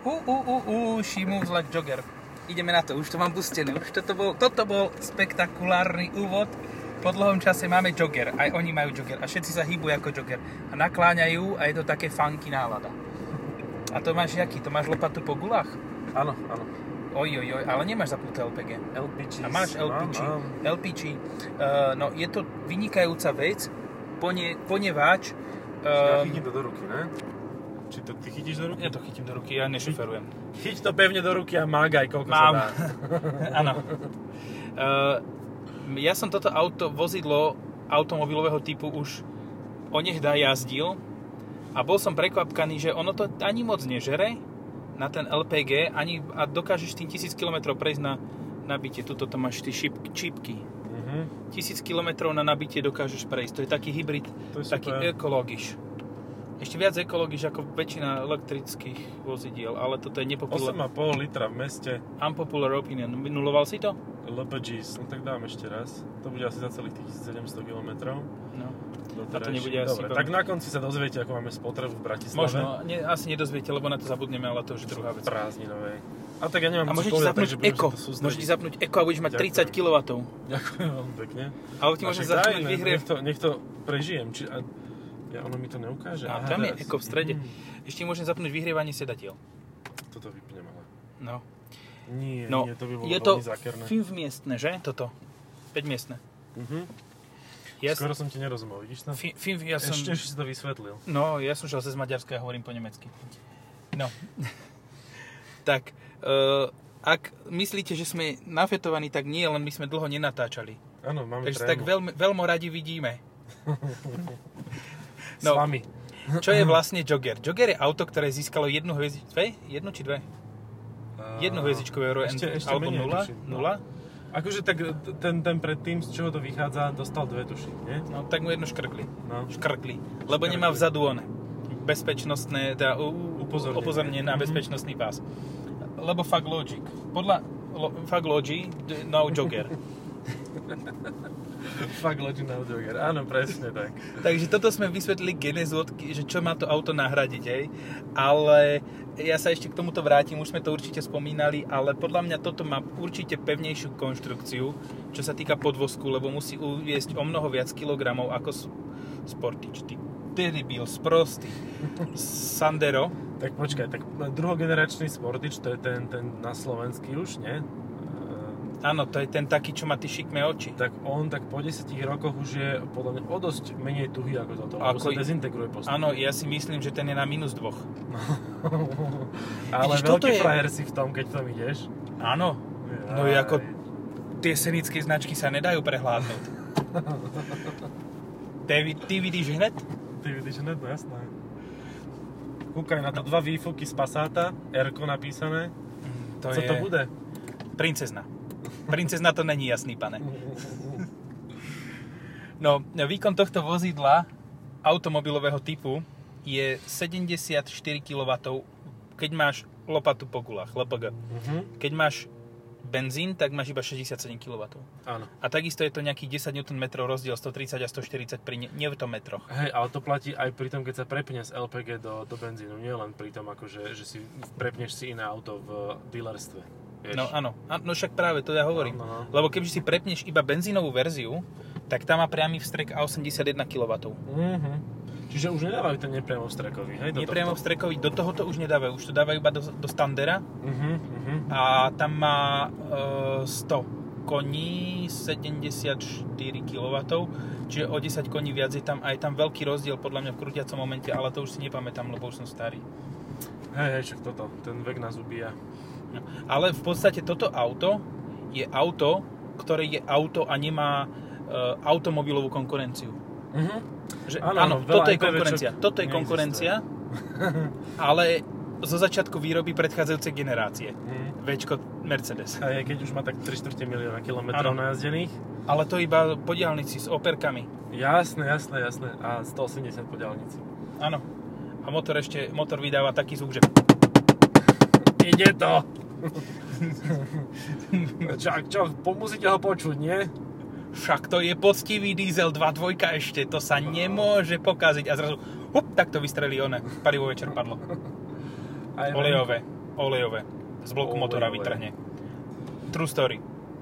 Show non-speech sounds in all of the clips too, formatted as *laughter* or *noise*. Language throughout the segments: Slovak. Ú, ú, ú, ú, she moves like jogger. Ideme na to, už to mám pustené. Už toto bol, toto bol spektakulárny úvod. Po dlhom čase máme jogger, aj oni majú jogger a všetci sa hýbu ako jogger. A nakláňajú a je to také funky nálada. A to máš jaký? To máš lopatu po gulách? Áno, áno. Oj, oj, oj, ale nemáš zapnuté LPG. LPG. A máš LPG. Mám, mám. LPG. Uh, no, je to vynikajúca vec, pone, poneváč... Ja Uh, chytím to do ruky, ne? Či to ty chytíš do ruky? ja to chytím do ruky, ja nešoferujem. Chyť to pevne do ruky a mágaj, koľko Mám. sa dá. *laughs* Áno. Uh, ja som toto auto, vozidlo automobilového typu už onehda jazdil a bol som prekvapkaný, že ono to ani moc nežere na ten LPG ani, a dokážeš tým 1000 km prejsť na nabitie. Tuto to máš ty šip, čipky. Mhm. 1000 km na nabitie dokážeš prejsť. To je taký hybrid, To je taký super. ekologiš. Ešte viac ekologiš ako väčšina elektrických vozidiel, ale toto je nepopular, 8,5 litra v meste unpopular opinion. Nuloval si to? LPGs, no tak dám ešte raz. To bude asi za celých tých 1700 km. No. doterajších. to nebude asi Dobre, veľmi- tak na konci sa dozviete, ako máme spotrebu v Bratislave. Možno, ne, asi nedozviete, lebo na to zabudneme, ale to už je druhá vec. Prázdninovej. A tak ja A nemám čo môžete povedať, zapnúť takže budem eko, sa tu sústrediť. môžete zapnúť eko a budeš mať Ďakujem. 30 kW. Ďakujem vám pekne. Alebo ti A môžeš však daj, zapnúť ne, vyhriev. Nech to, nech to prežijem. Či, a, ja, ono mi to neukáže. A Aha, tam je teraz. eko v strede. Mhm. Ešte môžem zapnúť vyhrievanie sedatiel. Toto vypnem ale. No. Nie, No, nie, to by bolo je to veľmi zákerné. 5 miestne, že? Toto. 5 miestne. Mhm. Ja, Skoro som ti nerozumel, vidíš to? fi, fi, ja som... Ešte, ešte si to vysvetlil. No, ja som šiel cez Maďarska a hovorím po nemecky. No. *laughs* tak, uh, ak myslíte, že sme nafetovaní, tak nie, len my sme dlho nenatáčali. Áno, máme Takže sa trému. tak veľmi, veľmi radi *laughs* vidíme. S no. vami. Čo je vlastne Jogger? Jogger je auto, ktoré získalo jednu hviezdičku, dve? Jednu či dve? Jednu hviezdičku v Euro ešte- ešte alebo menej, nula? tuším. no. Nula? Akože tak t- ten, ten predtým, z čoho to vychádza, dostal dve tuším, nie? No, tak mu jednu škrkli. *laughs* No. Škrkli. Lebo Škrkli. nemá vzadu on bezpečnostné, teda u- u- Upozornenie. upozornenie na Mhm. bezpečnostný pás. Lebo fuck logic. Podľa lo, fuck logic, d- no *laughs* Jogger. Fuck Legend of Jogger, áno, presne tak. Takže toto sme vysvetlili genezu, odk- že čo má to auto nahradiť, hej. Ale ja sa ešte k tomuto vrátim, už sme to určite spomínali, ale podľa mňa toto má určite pevnejšiu konštrukciu, čo sa týka podvozku, lebo musí uviesť o mnoho viac kilogramov ako s- Sportič. Ty debil, sprostý. Sandero. Tak počkaj, tak druhogeneračný Sportič, to je ten, ten na slovenský už, nie? Ehm, Áno, to je ten taký, čo má ty šikmé oči. Tak on tak po 10 rokoch už je podľa mňa o dosť menej tuhý ako toto, lebo Ako sa i- dezintegruje postupne. Áno, ja si myslím, že ten je na minus dvoch. *laughs* Ale Vidíš, toto veľký je- frajer si v tom, keď tam ideš. Áno, No, Aj. ako- tie scenické značky sa nedajú prehľadnúť. Ty, ty vidíš hneď? Ty vidíš hneď, no jasné. Kúkaj na to, dva výfuky z Passata, r napísané. Mm, To Co je to bude? princezna. Princezna to není jasný, pane. No, výkon tohto vozidla automobilového typu je 74 kW, keď máš lopatu po gulách, LPG. Mhm, Keď máš benzín, tak máš iba 67 kW. áň. A takisto je to nejakých 10 Nm rozdiel 130 a 140 pri ne- newtonmetroch. Hej, ale to platí aj pri tom, keď sa prepne z LPG do, do benzínu, nie len pri tom, akože, že si prepneš si iné auto v dealerstve. Vieš? No áno, A- no však práve to ja hovorím. No, no, no. Lebo keby si prepneš iba benzínovú verziu, tak tá má priamy vstrek a 81 kW. Mhm. Čiže už nedávajú ten nepriamo strekový, hej? do Nepriamo tohto? vstrekový, do tohoto už nedávajú, už to dávajú iba do, do Standera Mhm, mhm. a tam má e, 100 koní, 74 kW, čiže o 10 koní viac je tam, a je tam veľký rozdiel podľa mňa v krútiacom momente, ale to už si nepamätám, lebo už som starý. Hej, hej, však toto, ten vek nás ubíja. No. Ale v podstate toto auto je auto, ktoré je auto a nemá e, automobilovú konkurenciu. Mhm. Že, Áno, áno, veľa toto je IPVčok konkurencia, toto je neexistuje. *laughs* konkurencia, ale zo začiatku výroby predchádzajúcej generácie. Mhm. Včko Mercedes. A je, keď už má tak 3 čtvrte milióna Áno. kilometrov najazdených. Ale to iba po diálnici s operkami. Jasné, jasné, jasné. A 180 po diaľnici. Áno. A motor ešte, motor vydáva taký zvuk, že... Ide to! Čak, *laughs* čo, po- musíte ho počuť, nie? Však to je poctivý diesel 2.2 ešte, to sa nemôže *laughs* pokaziť. A zrazu, hup, tak to vystrelí one, palivové čerpadlo. Aj Olejové. olejové. Z bloku Olejové. motora vytrhne. True story.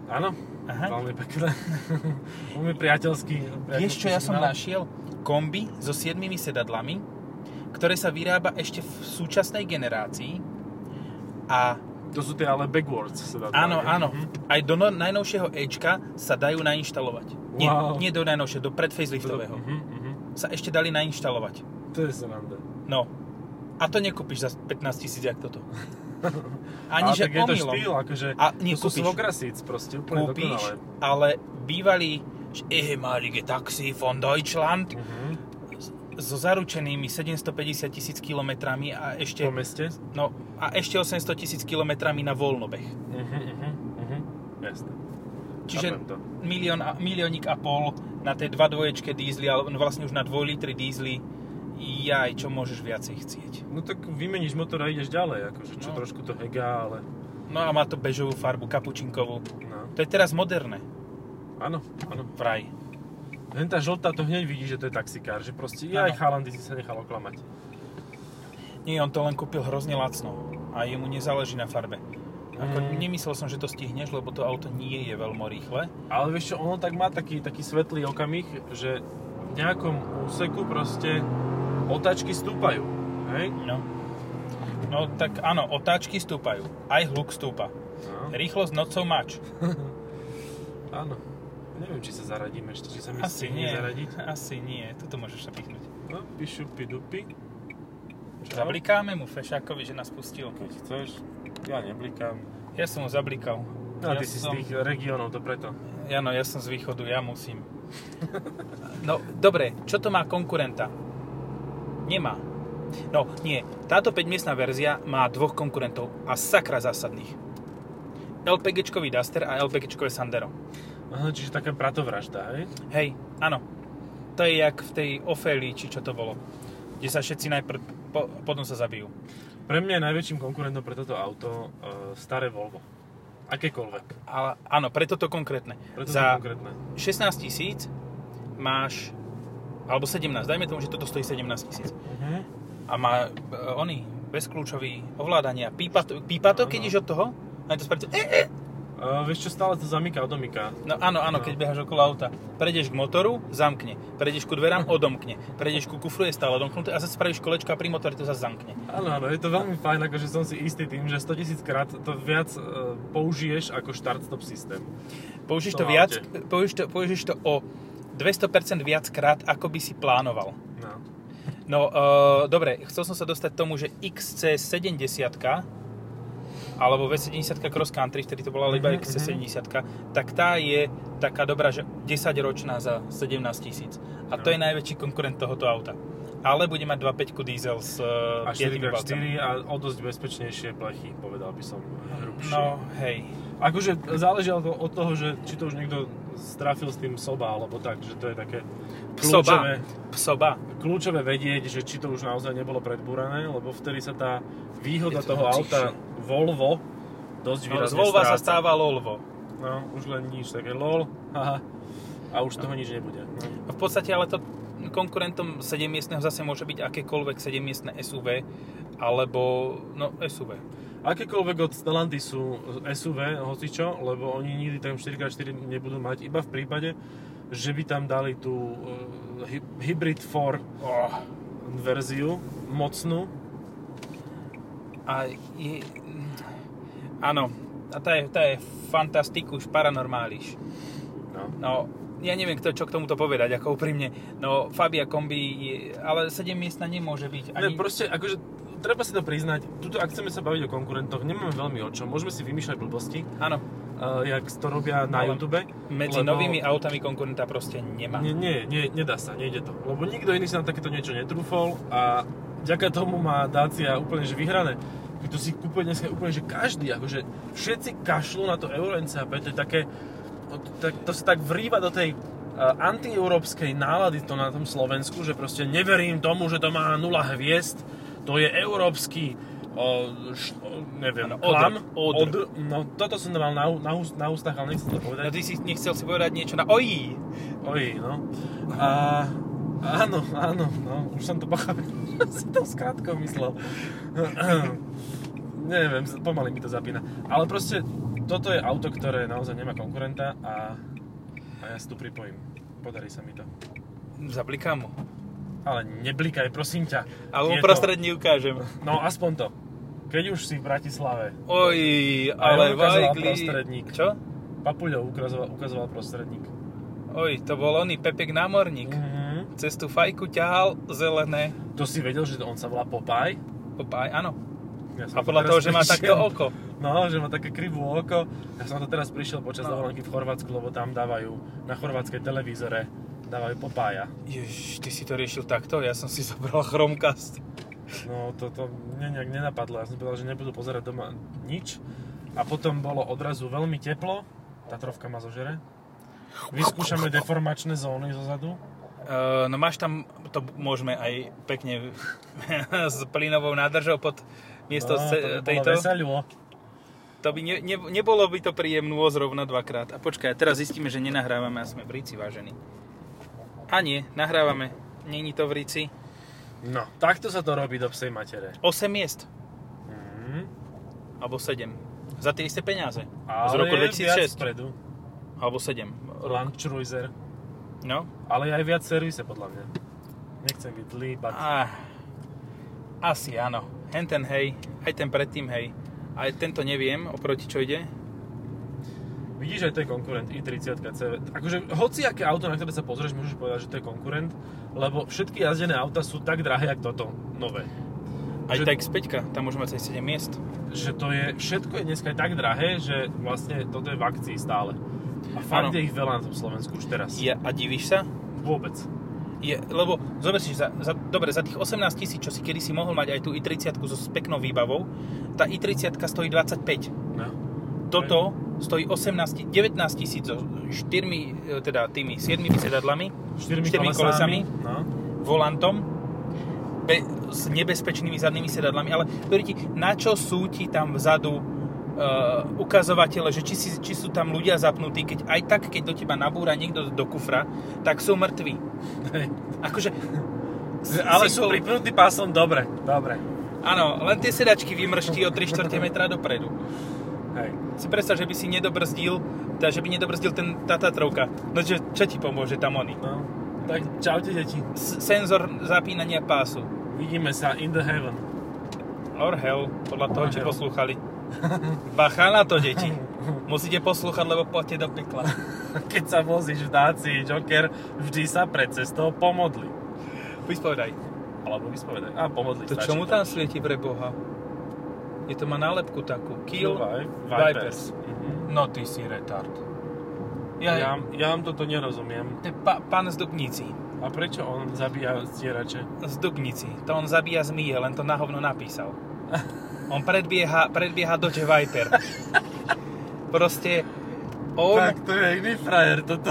Áno, Aha. veľmi pekné. *laughs* veľmi priateľský. Vieš, no. čo ja som signál. našiel? Kombi so 7 sedadlami, ktoré sa vyrába ešte v súčasnej generácii a To sú tie ale backwards. Sa dá Áno, povedať. Mhm. áno. Aj do no- najnovšieho Ečka sa dajú nainštalovať. Nie, Wow. nie do najnovšieho, do predfaceliftového. Mhm, mhm. Sa ešte dali nainštalovať. To je sranda. No. A to nekúpiš za 15 tisíc, jak toto. *laughs* Ani Ale že tak je to omylom. štýl, akože A nie, to sú kúpiš. svograsíc proste, úplne Kúpiš, dokonale. ale bývalý že ehemalige Taxi von Deutschland Mhm. so zaručenými 750 tisíc kilometrami a ešte, Po meste. no, a ešte 800 tisíc kilometrami na voľnobeh. Mhm, mhm, mhm. Jasné. Čiže chápem to. milión, a- miliónik a pol na tej 2 dvoječke dízly, ale no vlastne už na 2 litry dízly, jaj, čo môžeš viacej chcieť. No tak vymeníš motor a ideš ďalej, akože No. čo trošku to hega, ale No a má to bežovú farbu, kapučinkovú. no. To je teraz moderné, Áno, áno. vraj. Len tá žltá to hneď vidí, že to je taxikár, že proste ja Áno. aj chalan, ty si sa nechal oklamať. Nie, on to len kúpil hrozne lacno a jemu nezáleží na farbe. Ako, Mm. Nemyslel som, že to stihneš, lebo to auto nie je veľmi rýchle. Ale vieš čo, ono tak má taký, taký svetlý okamih, že v nejakom úseku proste otáčky stúpajú. Hej? No. No tak áno, otáčky stúpajú, aj hluk stúpa. No. Rýchlosť nocou mač. Áno. Neviem, či sa zaradíme ešte, či sa mi Asi nie, stihne zaradiť. asi nie, tuto môžeš sa pichnúť. No, pišu pidupi. Zablikáme mu fešákovi, že nás pustil. Keď chceš, ja neblikám. Ja som ho zablikal. No, ja ty si z tých regiónov, to preto. Ja no, ja som z východu, ja musím. No, dobre, čo to má konkurenta? Nemá. No, nie. Táto 5-miestná verzia má dvoch konkurentov a sakra zásadných. LPGčkový Duster a LPGčkové Sandero. Aha, čiže taká bratovražda, hej? Hej, áno. To je jak v tej Ofélii, či čo to bolo. Kde sa všetci najprv, po, potom sa zabijú. Pre mňa je najväčším konkurentom pre toto auto e, staré Volvo. Akékoľvek. Ale áno, preto to konkrétne. Preto Za- to konkrétne. 16 tisíc máš, alebo 17, dajme tomu, že toto stojí 17 tisíc. Uh-huh. A má e, oný bezkľúčový ovládania. Pípa to, pípa to keď Áno. ideš od toho? A je to spravíte, e, e. vieš čo, stále to zamyká, odomyká. No áno, áno, No. keď behaš okolo auta. Prejdeš k motoru, zamkne. Prejdeš ku dverám, *laughs* odomkne. Prejdeš ku kufru, je stále odomknuté a zase spravíš kolečko a pri motore to zase zamkne. Áno, áno, je to veľmi fajn, akože som si istý tým, že 100 000 krát to viac e, použiješ ako start-stop systém. Použiješ to To v viac, aute. použiješ to, použiješ to o 200% viac krát, ako by si plánoval. No. No, e, dobre, chcel som sa dostať k tomu, že XC70 alebo V70 Cross Country, vtedy to bola ale iba Mhm, XC70, tak tá je taká dobrá, že 10 ročná za 17 tisíc. A to No. je najväčší konkurent tohoto auta. Ale bude mať 2.5 diesel s eh, A 5 4x4 a o dosť bezpečnejšie plechy, povedal by som hrubšie. No, hej. Akože záleží od od toho, že či to už niekto strafil s tým soba, alebo tak, že to je také Psoba. kľúčové, Psoba. kľúčové vedieť, že či to už naozaj nebolo predbúrané, lebo vtedy sa tá výhoda Je to toho tichšie. auta Volvo dosť No, z výrazne Volva sa stráca. stáva Lolvo. No, už len nič, také lol, haha, a už z toho nič nebude. No. V podstate ale to konkurentom 7-miestneho zase môže byť akékoľvek 7-miestne SUV, alebo, no, SUV. Akékoľvek od Stellanty sú SUV, hocičo, lebo oni nikdy tam 4x4 nebudú mať, iba v prípade, že by tam dali tú uh, hy- Hybrid 4 Oh. verziu, mocnú. A je... Áno, a tá je, tá je fantastikus paranormáliš. No. No, ja neviem, kto, čo k tomuto povedať, ako úprimne. No, Fabia Kombi, je, ale 7 miestna nemôže byť. Ani... Ne, proste, akože, treba si to priznať, tuto, ak chceme sa baviť o konkurentoch, nemáme veľmi o čom, môžeme si vymýšľať blbosti, Áno, uh, jak to robia na Ale YouTube. medzi lebo- novými autami konkurenta proste nemá. Nie, nie, nie, nedá sa, nejde to. Lebo nikto iný si na takéto niečo netrúfol a vďaka tomu má Dacia úplne že vyhrané. To si kúpuje dneska úplne, že každý, akože všetci kašľú na to Euro NCAP, to je také, to, to, to sa tak vrýva do tej uh, antieurópskej nálady to na tom Slovensku, že proste neverím tomu, že to má nula hviezd, to je európsky o, š, o, neviem, Áno, odr, klam, odr. no toto som mal na, na, úst- na ústach, ale nechcem to povedať. No, ty si nechcel si povedať niečo na ojí. Oj, no. A, áno, *laughs* áno, no, už som to pochopil. si to skrátko myslel. *clears throat* neviem, z- pomaly mi to zapína. Ale proste, toto je auto, ktoré naozaj nemá konkurenta a, a ja si tu pripojím. Podarí sa mi to. Zablikám mu. Ale neblikaj, prosím ťa. Ale mu Je to- prostrední ukážem. No, aspoň to. Keď už si v Bratislave. Oj, ale on ukazoval vajgli. prostredník. Čo? Papuľov ukazoval, ukazoval prostredník. Oj, to bol oný Pepek námorník. Mhm. Cez tú fajku ťahal zelené. To si vedel, že on sa volá Popaj? Popaj, áno. Ja A som to podľa teraz toho, že má prišiel- takto oko. No, že má také krivú oko. Ja som to teraz prišiel počas No. dovolenky v Chorvátsku, lebo tam dávajú na chorvátskej televízore dávajú Popája. Ježiš, ty si to riešil takto? Ja som si *laughs* zobral Chromecast. No to, to mne nejak nenapadlo, ja som povedal, že nebudú pozerať doma nič. A potom bolo odrazu veľmi teplo, Tatrovka ma zožere. Vyskúšame deformačné zóny zozadu. Eh, no máš tam, to môžeme aj pekne *laughs* s plynovou nádržou pod miesto no, ce- to by bolo tejto. Veselilo. To by ne, ne, nebolo by to príjemnú zrovna dvakrát. A počkaj, teraz zistíme, že nenahrávame a sme v Ríci vážení. A nie, nahrávame. Není to v Ríci. No, takto sa to robí do psej matere. 8 miest, Mm, alebo 7. Za tie isté peniaze. ale Z roku je viac 2006. vpredu. Alebo 7. Landcruiser. No. Ale je aj viac servise, podľa mňa. Nechcem byť zlý, but... Ah, asi áno. Henten hej, aj ten predtým hej. Aj tento neviem, oproti čo ide. Vidíš, aj to je konkurent i30 CV. Akože hociaké auto, na ktoré sa pozrieš, môžeš povedať, že to je konkurent, lebo všetky jazdené auta sú tak drahé, jak toto nové. Aj Že- tak späťka, tam môžeme mať aj 7 miest. Že to je, všetko je dneska tak drahé, že vlastne toto je v akcii stále. A Áno. fakt je ich veľa na tom Slovensku už teraz. Je, a divíš sa? Vôbec. Je, lebo zober si, že za, za, dobre, za tých 18 tisíc, čo si kedy si mohol mať aj tú i30 so s peknou výbavou, tá i30 stojí 25. No. Toto stojí 18, 19 tisíc so 4, teda tými 7 sedadlami, Štyrmi, Štyrmi kolesami. kolesami. No. volantom, be, s nebezpečnými zadnými sedadlami, ale ktorý ti, na čo sú ti tam vzadu uh, ukazovatele, že či, si, či sú tam ľudia zapnutí, keď aj tak, keď do teba nabúra niekto do kufra, tak sú mŕtvi. Hej. Akože... s- *laughs* Ale si sú bol- pripnutí pásom, dobre. Dobre. Áno, len tie sedačky vymrští o 3 čtvrte metra dopredu. Hej. Si predstav, že by si nedobrzdil, teda, že by nedobrzdil ten, tá Tatrovka. No že, čo ti pomôže tam oný? No. Tak čaute, deti. S- senzor zapínania pásu. Vidíme sa in the heaven. Or hell, podľa toho, Or čo hell. poslúchali. Bacha na to, deti. Musíte poslúchať, lebo poďte do pekla. *laughs* Keď sa vozíš v dácii Joker, vždy sa pred cestou pomodli. Vyspovedaj. Alebo vyspovedaj. A pomodli To čomu tam svieti pre Boha? Je to má nálepku takú. Kill. Vipers. Vipers. Mhm. No ty si retard. Ja, Ja, ja vám toto nerozumiem. To je pa, pán z Dubnici. A prečo on zabíja stierače? z Dubnici. To on zabíja zmije, len to na hovno napísal. On predbieha, predbieha Dodge *laughs* Viper. Proste on... Tak to je iný frajer, toto.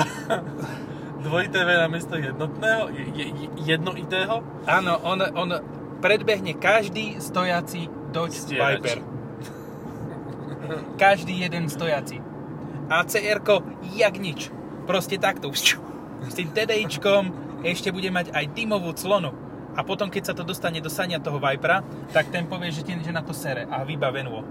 *laughs* Dvojité V namiesto jednotného, je- je- je- jednoitého. Áno, on, on predbehne každý stojaci Dodge Stierač. Viper. Každý jeden stojaci. A CR-ko jak nič. Proste takto. S tým TDIčkom ešte bude mať aj dymovú clonu. A potom, keď sa to dostane do sania toho Vipera, tak ten povie, že, ten, že na to sere a vybavenú.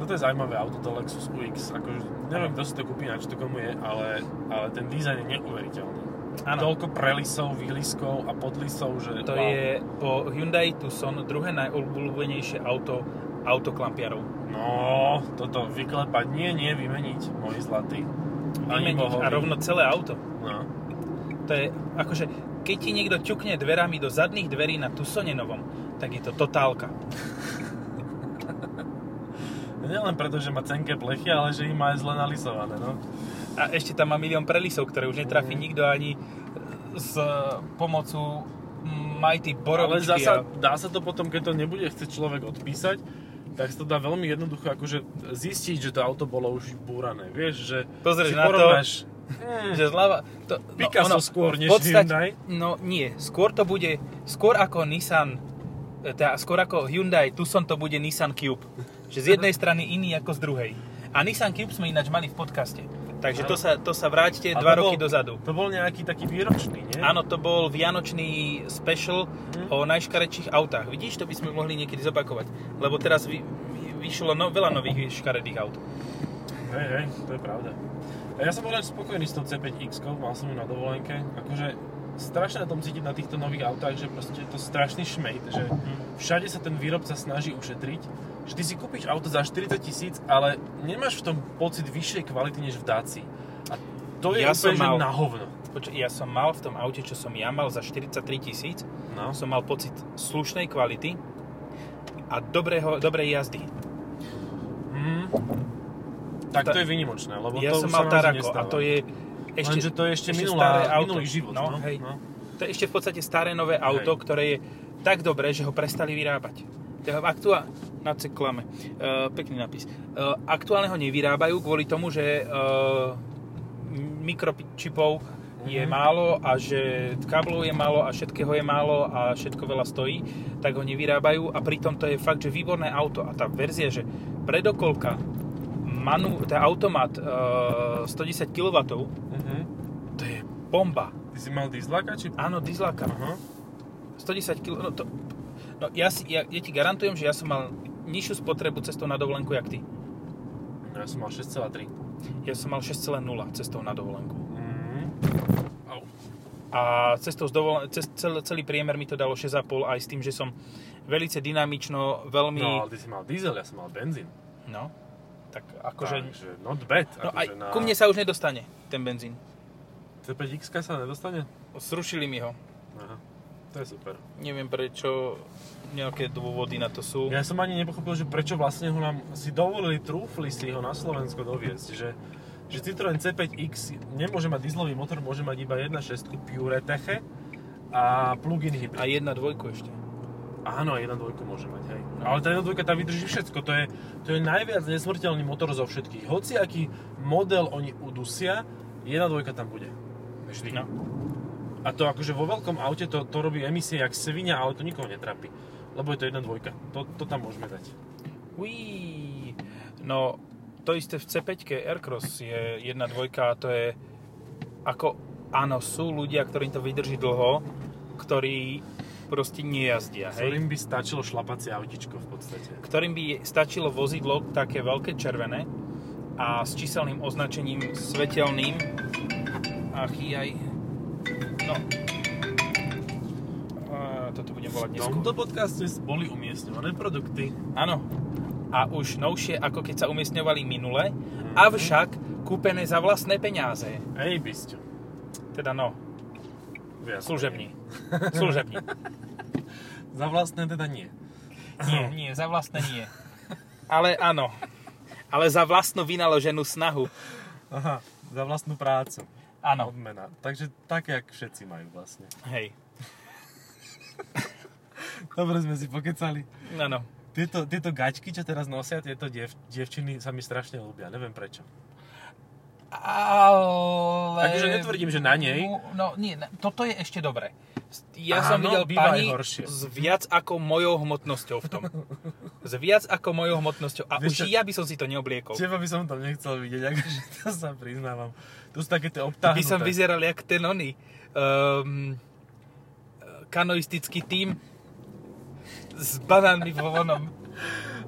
Toto je zaujímavé auto, to Lexus UX. Akože, neviem, kto si to kúpi, na čo to komu je, ale, ale ten dizajn je neuveriteľný. Áno. Toľko prelisov, výliskov a podlisov, že To wow. je po Hyundai Tucson druhé najobľúbenejšie auto autoklampiarov. No, toto vyklepať, nie, nie, vymeniť, môj zlatý. Ani Vymeniť bohovi. a rovno celé auto. No. To je akože, keď ti niekto ťukne dverami do zadných dverí na Tucsone novom, tak je to totálka. Nielen preto, že má cenké plechy, ale že ich má aj zle nalisované, no. A ešte tam má milión prelisov, ktoré už Mhm. netrafí nikto ani s e, pomocou Mighty Ale Borovičky. zasa, a- dá sa to potom, keď to nebude chcieť človek odpísať, tak sa to dá veľmi jednoducho akože zistiť, že to auto bolo už búrané. Vieš, že Pozrieš si na to, Hm, porovnáš, že zľava... To, no, Picasso skôr než v podstate- Hyundai? No nie, skôr to bude, skôr ako Nissan, e, teda skôr ako Hyundai Tucson to bude Nissan Cube. Že z jednej strany iný ako z druhej. A Nissan Cube sme ináč mali v podcaste. Takže to sa, to sa vráťte A to dva bol- roky dozadu. To bol nejaký taký výročný, nie? Áno, to bol vianočný special o najškarečších autách. Vidíš, to by sme mohli niekedy zopakovať. Lebo teraz vy, vyšlo no, veľa nových škaredých aut. Hej, hej, to je pravda. A ja som bol len spokojný s tou C5X, mal som ju na dovolenke. Akože strašne na tom cítiť na týchto nových autách, že proste je to strašný šmejt, že Mhm. všade sa ten výrobca snaží ušetriť, že ty si kúpiš auto za 40 tisíc, ale nemáš v tom pocit vyššej kvality než v Dáci. A to je Ja som úplne, že mal- na hovno. Počkaj, ja som mal v tom aute, čo som ja mal za 43 tisíc, No. som mal pocit slušnej kvality a dobrého, dobrej jazdy. Mm. Tak Ta- to je vynimočné, lebo ja to som už mal sa nám Tarako nestáva. a to je ešte, Ešte, Lenže to je ešte, ešte minulá, staré auto. minulý život. No, No, hej. no. to je ešte v podstate staré nové auto, Hej. ktoré je tak dobré, že ho prestali vyrábať. To je aktuál... Na ceklame. Uh, pekný nápis. Uh, aktuálne ho nevyrábajú kvôli tomu, že uh, mikročipov je Mhm. málo a že káblov je málo a všetkého je málo a všetko veľa stojí, tak ho nevyrábajú a pritom to je fakt, že výborné auto a tá verzia, že predokolka manu, tá automat uh, 110 kW, Mhm. to je bomba. Ty si mal dieslaka, či... Áno, dizláka. Aha. 110 kg, no to... No ja, si, ja, ja ti garantujem, že ja som mal nižšiu spotrebu cestou na dovolenku, jak ty. Ja som mal 6,3. Ja som mal 6,0 cestou na dovolenku. Mhm. Au. A cestou z dovolen- cez, celý, celý priemer mi to dalo 6,5 aj s tým, že som velice dynamično, veľmi... No, ale ty si mal diesel, ja som mal benzín. no tak akože... Takže not bad. no aj akože na... ku mne sa už nedostane ten benzín. C5X sa nedostane? Zrušili mi ho. Aha. To je super. Neviem prečo, nejaké dôvody na to sú. Ja som ani nepochopil, že prečo vlastne ho nám si dovolili, trúfli si ho na Slovensko doviezť, že že Citroen C5X nemôže mať dieselový motor, môže mať iba 1.6 Pure Teche a plug-in hybrid. A jedna dvojku ešte. Áno, 1.2 môže mať, hej. Ale tá 1.2 tá vydrží všetko, to je, to je najviac nesmrteľný motor zo všetkých. Hoci aký model oni udusia, 1.2 tam bude. Vždy. No. A to akože vo veľkom aute to, to robí emisie jak svinia, ale to nikoho netrapí. Lebo je to 1.2, to, to tam môžeme dať. Uí. No, to isté v C5 Aircross je jedna dvojka a to je ako, áno, sú ľudia, ktorým to vydrží dlho, ktorí proste nejazdia, hej? Ktorým by stačilo šlapacie autičko v podstate. Ktorým by stačilo vozidlo také veľké červené a s číselným označením svetelným. Ach, jaj. No. A, toto budem volať V neskôr. tomto podcaste boli umiestňované produkty. Áno. A už novšie, ako keď sa umiestňovali minule, avšak kúpené za vlastné peniaze. Ej, bysťo. Teda no, Viac. služební. *laughs* Služební. Za vlastné teda nie. Nie, nie, za vlastné nie. Ale áno. Ale za vlastnú vynaloženú snahu. Aha, za vlastnú prácu. Áno, Odmena. Takže tak, jak všetci majú vlastne. hej. Dobre sme si pokecali. Áno. Tieto, tieto gačky, čo teraz nosia, tieto diev, dievčiny sa mi strašne ľúbia. Neviem prečo. Ale... Akože netvrdím, že na nej. No nie, na- toto je ešte dobré. Ja som Áno, videl býva aj pani horšie. s viac ako mojou hmotnosťou v tom. *laughs* S viac ako mojou hmotnosťou. A Vieš už čo- ja by som si to neobliekol. Teba by som tam nechcel vidieť, *laughs* akože to sa priznávam. To sú také by tie obtáhnuté. som vyzeral jak ten oný um, kanoistický tým s banánmi vo vonom.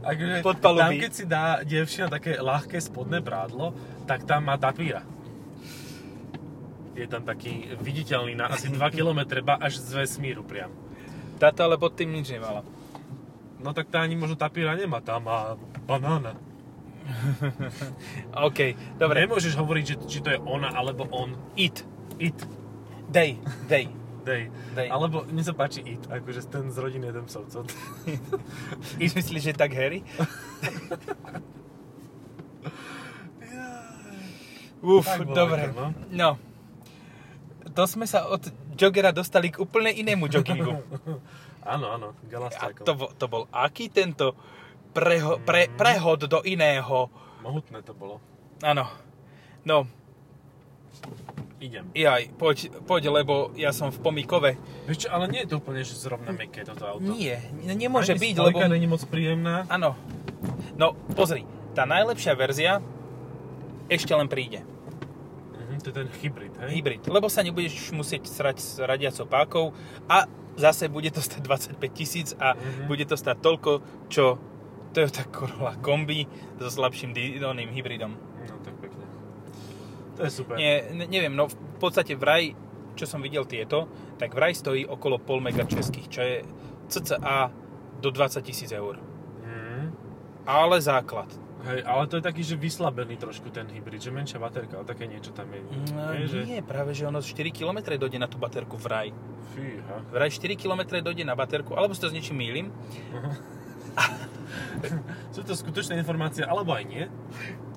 akože, pod palubí. Tam, keď si dá dievčina také ľahké spodné prádlo, tak tam má tapíra. Je tam taký viditeľný na asi 2 *laughs* km, ba až z vesmíru priam. Táto ale pod tým nič nemala. No tak tá ani možno tapíra nemá, tá má banána. OK, dobre. Nemôžeš hovoriť, že, či to je ona alebo on. It. It. Dej, dej. Day. Day. Alebo mne sa páči It, akože ten z rodiny jedem psovcov. It myslíš, že tak Harry? Uf, Tak bola dobre. krma. No. To sme sa od jogera dostali k úplne inému joggingu. *laughs* áno, áno, A galastákom. to, bo- to bol aký tento preho, pre, prehod do iného. Mohutné to bolo. Áno. No, Idem. jaj, poď, poď, lebo ja som v pomikove. Vieš čo, ale nie je to úplne že zrovna meké toto auto. Nie, n- nemôže Ani byť, lebo... spojka není moc príjemná. Áno. No, pozri, tá najlepšia verzia ešte len príde. Mhm, to je ten hybrid, hej? Hybrid. Lebo sa nebudeš musieť srať s radiacou pákou a zase bude to stať 25 tisíc a Mhm. bude to stať toľko, čo Toyota Corolla kombi so slabším di- oným hybridom. No tak pekne. To je super. Nie, ne, neviem, no v podstate vraj, čo som videl tieto, tak vraj stojí okolo pol mega českých, čo je cca do 20 tisíc eur. Mm. Ale základ. Hej, ale to je taký, že vyslabený trošku ten hybrid, že menšia baterka, ale také niečo tam je. No, Nie, že... nie, práve že ono 4 km dojde na tú baterku vraj. Fíha. Vraj 4 km dojde na baterku, alebo si to s niečím mýlim. Sú to skutočné informácie, alebo aj nie.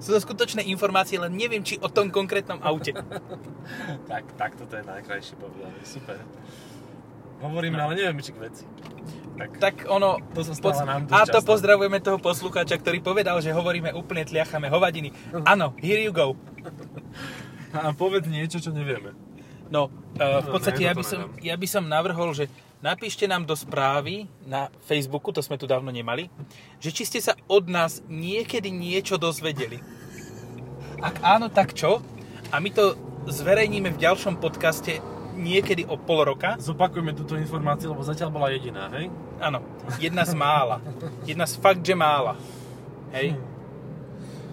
Sú to skutočné informácie, len neviem, či o tom konkrétnom *laughs* aute. Tak, tak toto je najkrajšie povedané. Super. Hovoríme, no. ale nevieme, či k veci. Tak, Tak ono... To sa stáva nám dosť A to často. pozdravujeme toho poslucháča, ktorý povedal, že hovoríme úplne tliachame hovadiny. Áno, here you go. A povedz niečo, čo nevieme. No, e, v No, podstate ja ne, toto by, som, nedám. ja by som navrhol, že napíšte nám do správy na Facebooku, to sme tu dávno nemali, že či ste sa od nás niekedy niečo dozvedeli. Ak áno, tak čo? A my to zverejníme v ďalšom podcaste niekedy o pol roka. Zopakujme túto informáciu, lebo zatiaľ bola jediná, hej? Áno, jedna z mála. Jedna z fakt, že mála. Hej?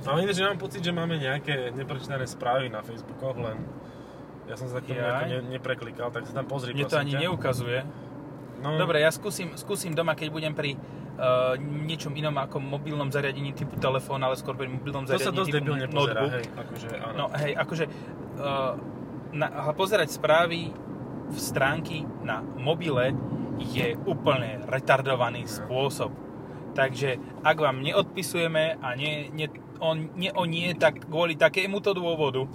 Hm, Ale ináč, ja mám pocit, že máme nejaké neprečítané správy na Facebookoch, len ja som sa k tomu Jaj. nejako ne, nepreklikal, tak sa tam pozri, Mne to prosím ani ťa. neukazuje. No, Dobre, ja skúsim, skúsim doma, keď budem pri uh, niečom inom ako mobilnom zariadení typu telefón, ale skôr pri mobilnom to sa zariadení dosť typu debilne pozerá, hej, akože áno. No hej, akože uh, na, a pozerať správy v stránky na mobile je úplne retardovaný spôsob. Takže ak vám neodpisujeme a nie, nie, on, nie o nie, tak kvôli takémuto dôvodu,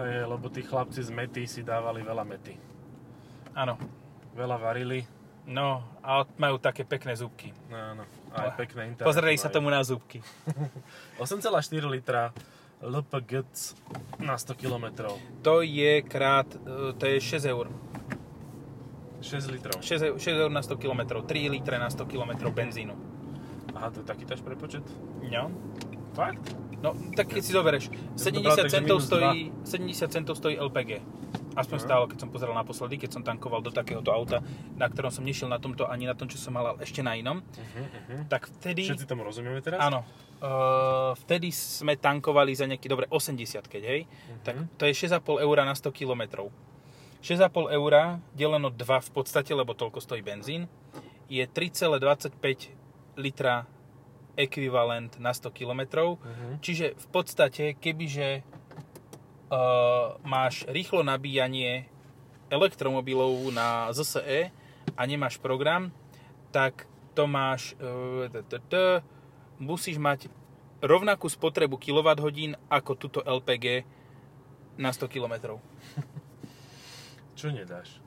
Hej, lebo tí chlapci z mety si dávali veľa mety. áno, Veľa varili, no a majú také pekné zúbky. no áno, aj pekné internet. Pozreli sa majú. tomu na zúbky. *laughs* 8,4 litra LPGC na 100 km. To je krát, e, to je 6 eur. 6 litrov. 6, eur- 6 eur na 100 km, 3 litre na 100 km benzínu. Aha, to je taký taž prepočet? No. Fakt? No, tak keď si zoberieš, 70 som to bral tak, že centov, minus stojí, 70 centov stojí LPG. Aspoň Mhm. stálo, keď som pozeral naposledy, keď som tankoval do takéhoto auta, na ktorom som nešiel na tomto ani na tom, čo som mal, ale ešte na inom. Uh-huh, uh-huh. Tak vtedy... Všetci tomu rozumieme teraz? Mhm, Áno. Uh, vtedy sme tankovali za nejaký, dobre, 80 keď, hej? Mhm. Tak to je 6,5 eur na 100 km. 6,5 eur deleno 2 v podstate, lebo toľko stojí benzín, je 3,25 litra ekvivalent na 100 km. Uh-huh. Čiže v podstate, kebyže uh, máš rýchlo nabíjanie elektromobilov na ZSE a nemáš program, tak to máš... Uh, t, t, t, musíš mať rovnakú spotrebu kWh ako túto LPG na 100 km. Čo nedáš?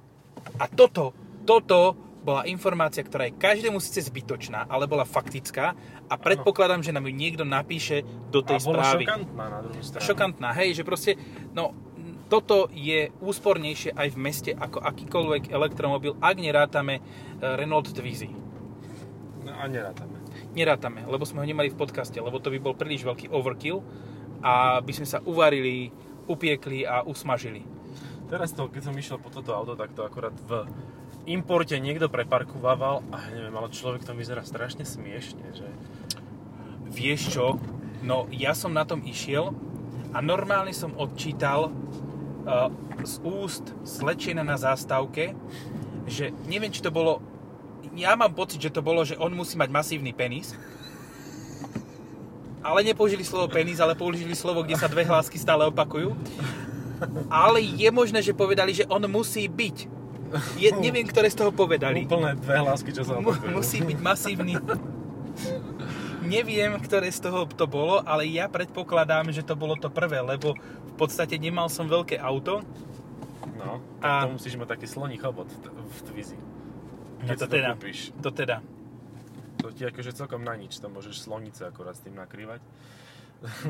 A toto, toto bola informácia, ktorá je každému síce zbytočná, ale bola faktická a predpokladám, že nám ju niekto napíše do tej A bola správy. šokantná na druhú stranu. šokantná, hej, že proste, no, m, toto je úspornejšie aj v meste ako akýkoľvek elektromobil, ak nerátame e, Renault Twizy. No a nerátame. Nerátame, lebo sme ho nemali v podcaste, lebo to by bol príliš veľký overkill a by sme sa uvarili, upiekli a usmažili. Teraz to, keď som išiel po toto auto, tak to akorát v importe niekto preparkovával a ja neviem, ale človek tam vyzerá strašne smiešne, že... Vieš čo? No, ja som na tom išiel a normálne som odčítal uh, z úst slečina na zástavke, že neviem, či to bolo... Ja mám pocit, že to bolo, že on musí mať masívny penis. Ale nepoužili slovo penis, ale použili slovo, kde sa dve hlásky stále opakujú. Ale je možné, že povedali, že on musí byť. Je, neviem, ktoré z toho povedali. Úplne dve hlásky, čo sa Mu- opakujú. musí byť masívny. Neviem, ktoré z toho to bolo, ale ja predpokladám, že to bolo to prvé, lebo v podstate nemal som veľké auto. No, tak A- to musíš mať taký sloní chobot t- v Twizy. No Keď to si to teda. kúpiš, To teda. to ti akože celkom na nič, to môžeš slonice akorát s tým nakrývať.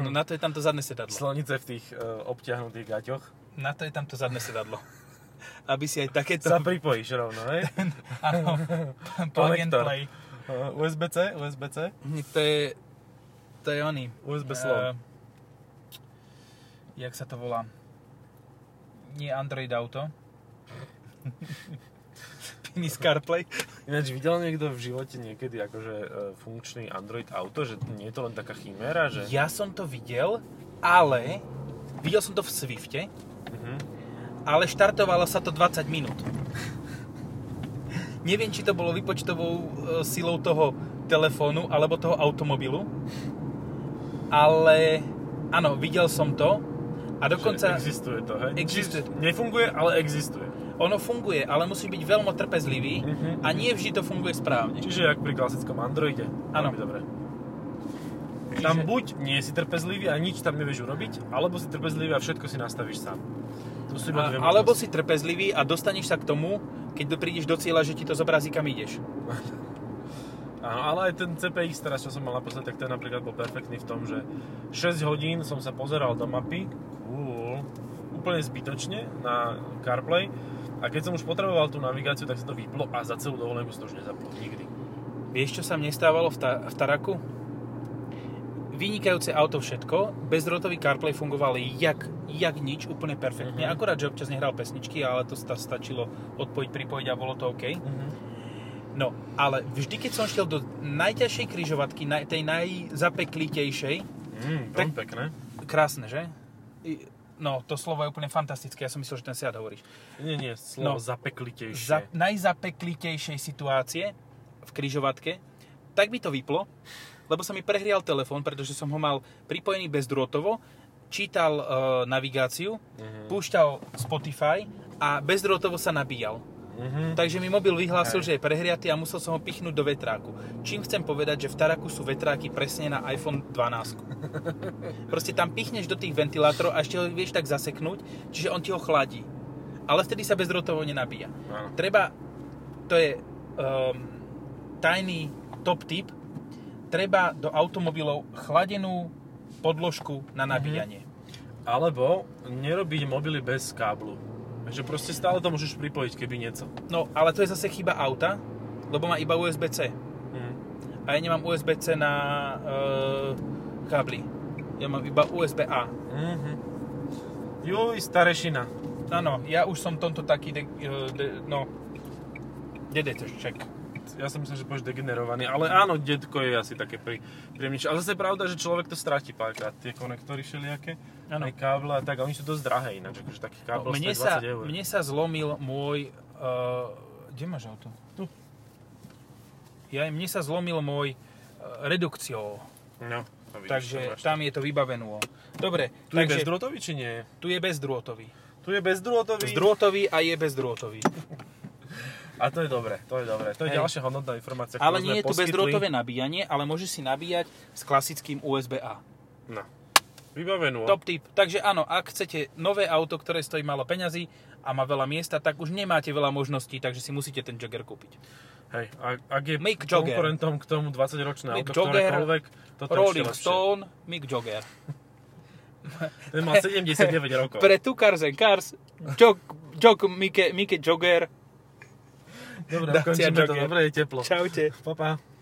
No na to je tamto zadné sedadlo. Slonice v tých e, obťahnutých *laughs* gaťoch Na to je tamto zadné sedadlo. Aby si aj takéto... sa pripojíš rovno, *laughs* hej? Áno, plug and Konektor. play. E, USB-C, USB-C, To je... To je oný. USB Eh, slon. jak sa to *laughs* volá? Nie Android auto. iný z CarPlay. Ináč videl niekto v živote niekedy akože e, funkčný Android auto, že nie je to len taká chiméra, že... Ja som to videl, ale videl som to v Swifte, Mhm. ale štartovalo sa to 20 minút. Neviem, či to bolo vypočtovou e, silou toho telefónu alebo toho automobilu, ale áno, videl som to a dokonca Že existuje to, hej? Existuje. Čiže Nefunguje, ale existuje. ono funguje, ale musíš byť veľmi trpezlivý Mhm. a nie vždy to funguje správne. Čiže jak pri klasickom Androide. Áno. Veľmi Dobre. Čiže- Tam buď nie si trpezlivý a nič tam nevieš urobiť, alebo si trpezlivý a všetko si nastavíš sám. To sú iba A, dve alebo možnosti. si trpezlivý a dostaneš sa k tomu, keď prídeš do cieľa, že ti to zobrazí, kam ideš. Áno, ale aj ten CPX teraz, čo som mal naposledy, tak ten napríklad bol perfektný v tom, že 6 hodín som sa pozeral do mapy, cool, úplne zbytočne na CarPlay a keď som už potreboval tú navigáciu, tak sa to vyplo a za celú dovolenku sa to už nezaplo. Nikdy. Vieš, čo sa mne stávalo v, ta- v Taraku? Vynikajúce auto všetko, bezdrotový CarPlay fungoval jak, jak nič, úplne perfektne. Mhm. Akurát, že občas nehral pesničky, ale to sta- stačilo odpojiť, pripojiť a bolo to OK. No, ale vždy, keď som šiel do najťažšej kryžovatky, naj, tej najzapeklitejšej, Mm, Tak- veľmi pekné. krásne, že? I- No, to slovo je úplne fantastické, ja som myslel, že ten siad hovoríš. Nie, nie, slovo No. zapeklitejšie. za, najzapeklitejšej situácie v kryžovatke, tak by to vyplo, lebo sa mi prehrial telefón, pretože som ho mal pripojený bezdrôtovo, čítal e, navigáciu, Mhm. púšťal Spotify a bezdrôtovo sa nabíjal. Mhm. Takže mi mobil vyhlásil, Hej. že je prehriatý a musel som ho pichnúť do vetráku. Čím chcem povedať, že v Taraku sú vetráky presne na iPhone *laughs* 12. Proste tam pichneš do tých ventilátorov a ešte ho vieš tak zaseknúť, čiže on ti ho chladí. Ale vtedy sa bezdrôtovo nenabíja Áno. treba, to je um, tajný top tip, treba do automobilov chladenú podložku na nabíjanie. Alebo nerobiť mobily bez káblu. Takže proste stále to môžeš pripojiť, keby niečo. No, ale to je zase chyba auta, lebo má iba USB-C. Mhm. A ja nemám USB-C na e, kábli. Ja mám iba USB-A. Mhm. Juj, starešina. Áno, ja už som tomto taký, de, e, de, no, dedetešček. Ja som myslel, že budeš degenerovaný, ale áno, detko je asi také pri, príjemnejšie. Ale zase je pravda, že človek to stratí párkrát, tie konektory všelijaké, Áno. aj káble a tak, ale oni sú dosť drahé ináč, akože taký No, kábel no, mne, 20 sa, eur. mne sa zlomil môj... Uh, kde máš auto? Tu. Ja, mne sa zlomil môj uh, redukcio, No, to vidíš, to takže máš. tam je to vybavenú. Dobre, Tu je takže bezdrôtový, či nie? tu je bezdrôtový. Tu je bezdrôtový. Zdrôtový a je bezdrôtový. A to je dobre, to je dobre. To je Hej. ďalšia hodnotná informácia, ktorú Ale sme nie je tu poskytli. bezdrôtové nabíjanie, ale môžeš si nabíjať s klasickým USB-A. No. Vybavenú. Top tip. Takže áno, ak chcete nové auto, ktoré stojí malo peňazí a má veľa miesta, tak už nemáte veľa možností, takže si musíte ten Jagger kúpiť. Hej, ak, ak je Mick Jagger. konkurentom k tomu 20-ročné Mick auto, Jagger, ktorékoľvek, toto je ešte Rolling lepšie. Stone, Mick Jagger. Ten má 79 rokov. *laughs* Pre tu Cars and Cars, Jog, Jog, Mike, Mike Jogger. Dobre, Dacia ukončíme to. Jagger. Dobre, je teplo. Čaute. Pa, pa.